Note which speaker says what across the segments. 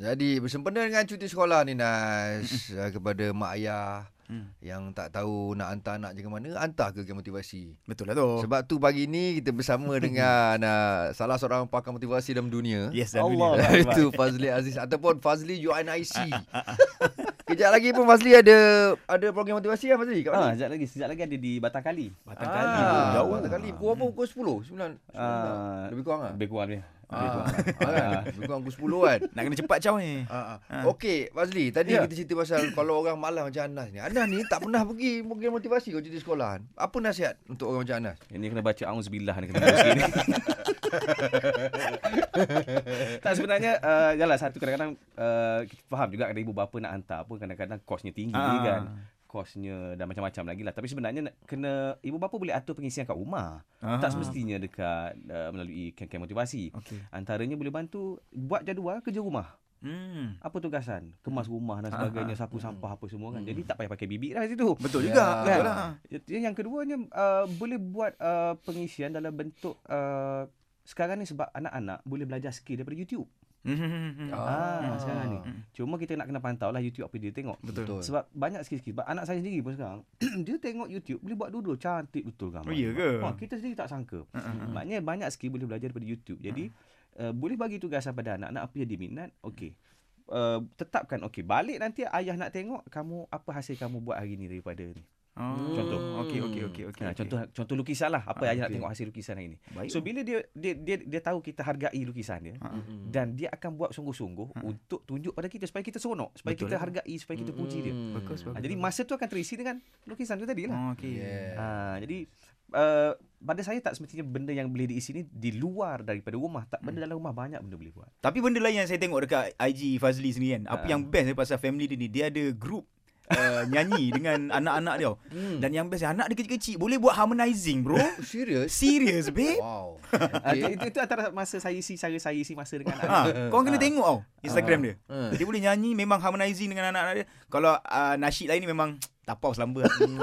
Speaker 1: Jadi bersempena dengan cuti sekolah ni Nas uh, kepada mak ayah
Speaker 2: Mm.
Speaker 1: hmm. yang tak tahu nak hantar anak je ke mana, hantar ke Geng Motivasi.
Speaker 3: Betul lah tu.
Speaker 2: Oh.
Speaker 1: Sebab tu pagi ni kita bersama dengan uh, salah seorang pakar motivasi dalam dunia.
Speaker 2: Ya,
Speaker 3: Yes dan
Speaker 2: Allah.
Speaker 3: dunia.
Speaker 1: Itu Fazli Aziz ataupun Fazli UNIC.
Speaker 2: Ah,
Speaker 1: Kejap lagi pun Fazli ada ada program motivasi kan Fazli? Kat mana?
Speaker 2: Ah, sekejap lagi, sekejap lagi ada di Batang Kali.
Speaker 3: Batang Kali
Speaker 1: Ah,
Speaker 3: tu,
Speaker 1: jauh
Speaker 3: jauh.
Speaker 1: lah kali. Pukul apa? Pukul 10? 9?
Speaker 2: Ah,
Speaker 1: Lebih kurang lah?
Speaker 2: Lebih kurang dia. Lebih
Speaker 1: Ah,
Speaker 2: kurang. lah.
Speaker 1: ah, kan? Lebih kurang pukul 10 kan?
Speaker 3: Nak kena cepat caw ni.
Speaker 1: Ah, ah. Okey, Fazli, tadi
Speaker 2: Ha. Ya.
Speaker 1: kita cerita pasal kalau orang malas macam Anas ni. Anas ni tak pernah pergi program motivasi kalau jadi sekolah. Apa nasihat untuk orang macam Anas?
Speaker 2: Ini kena baca auzubillah ni kena baca ni. tak sebenarnya uh, yalah satu kadang-kadang uh, kita faham juga ada ibu bapa nak hantar pun kadang-kadang kosnya tinggi
Speaker 3: Ah.
Speaker 2: kan. Kosnya dan macam-macam lagi lah. Tapi sebenarnya nak- kena ibu bapa boleh atur pengisian kat rumah.
Speaker 3: Ah.
Speaker 2: Tak semestinya dekat uh, melalui kem-kem motivasi.
Speaker 3: Okey.
Speaker 2: Antaranya boleh bantu buat jadual kerja rumah.
Speaker 3: Hmm.
Speaker 2: Apa tugasan? Kemas rumah dan sebagainya, sapu sampah apa semua kan. Jadi
Speaker 3: Hmm.
Speaker 2: tak payah pakai bibik lah kat situ.
Speaker 3: Betul
Speaker 1: Ya,
Speaker 3: juga.
Speaker 1: kan?
Speaker 3: Betul lah.
Speaker 2: Ya, Yang keduanya uh, boleh buat uh, pengisian dalam bentuk uh, sekarang ni sebab anak-anak boleh belajar skill daripada YouTube.
Speaker 3: Hmm.
Speaker 2: Ah, sekarang ni. Cuma kita nak kena pantau lah YouTube apa dia tengok.
Speaker 3: Betul.
Speaker 1: Betul.
Speaker 2: Sebab banyak skill-skill. Sebab anak saya sendiri pun sekarang, dia tengok YouTube boleh buat duduk cantik betul gambar.
Speaker 3: Oh, ya ke?
Speaker 1: ah.
Speaker 2: Ha, kita sendiri tak sangka.
Speaker 3: Mm-mm.
Speaker 2: Maknanya banyak skill boleh belajar daripada YouTube. Jadi,
Speaker 3: Mm.
Speaker 2: uh, boleh bagi tugasan pada anak-anak apa yang diminat. Okey. Uh, tetapkan okey balik nanti ayah nak tengok kamu apa hasil kamu buat hari ni daripada ni
Speaker 3: Oh.
Speaker 2: Contoh.
Speaker 3: Okey okey okey okey.
Speaker 2: okay, ha,
Speaker 3: okey.
Speaker 2: contoh contoh lukisan lah apa yang ayah nak
Speaker 3: okey.
Speaker 2: tengok hasil lukisan hari ni
Speaker 3: Baik.
Speaker 2: so bila dia dia dia, dia tahu kita hargai lukisan dia
Speaker 3: Ah.
Speaker 1: Hmm.
Speaker 2: dan dia akan buat sungguh-sungguh untuk tunjuk pada kita supaya kita seronok supaya
Speaker 3: Mm. Betul Mm,
Speaker 2: kita
Speaker 3: lah.
Speaker 2: hargai supaya kita puji dia
Speaker 1: Hmm.
Speaker 3: Bagus
Speaker 2: ha,
Speaker 3: bagus.
Speaker 2: jadi masa tu akan terisi dengan lukisan tu tadi lah
Speaker 3: Oh, okey.
Speaker 1: Yeah.
Speaker 2: ha, jadi uh, pada saya tak semestinya benda yang boleh diisi ni di luar daripada rumah tak
Speaker 1: Hmm.
Speaker 2: benda dalam rumah banyak benda boleh buat
Speaker 3: Tapi benda lain yang saya tengok dekat IG Fazli sendiri kan. Apa
Speaker 2: Ah.
Speaker 3: yang best pasal family dia ni, dia ada group uh, nyanyi dengan anak-anak dia.
Speaker 1: Hmm.
Speaker 3: Dan yang best anak dia kecil-kecil boleh buat harmonizing bro.
Speaker 1: Oh, serius?
Speaker 3: Serious babe.
Speaker 1: Wow.
Speaker 2: Ah,
Speaker 1: Okey.
Speaker 2: itu, itu, itu antara masa saya isi cara saya isi masa dengan anak
Speaker 3: Ha, korang kena tengok tau Instagram dia.
Speaker 1: Ah.
Speaker 3: Dia boleh nyanyi memang harmonizing dengan anak-anak dia. Kalau uh, nasyid lain ni memang tapau selamba.
Speaker 1: Oh.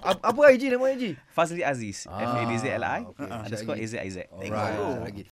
Speaker 1: Apa apa IG nama IG?
Speaker 2: Fazli Aziz
Speaker 1: Ah,
Speaker 2: F A D Z L I Ah,
Speaker 1: okey.
Speaker 2: underscore A Z Oh. I Z
Speaker 1: Alright.
Speaker 3: dulu.
Speaker 1: Lagi.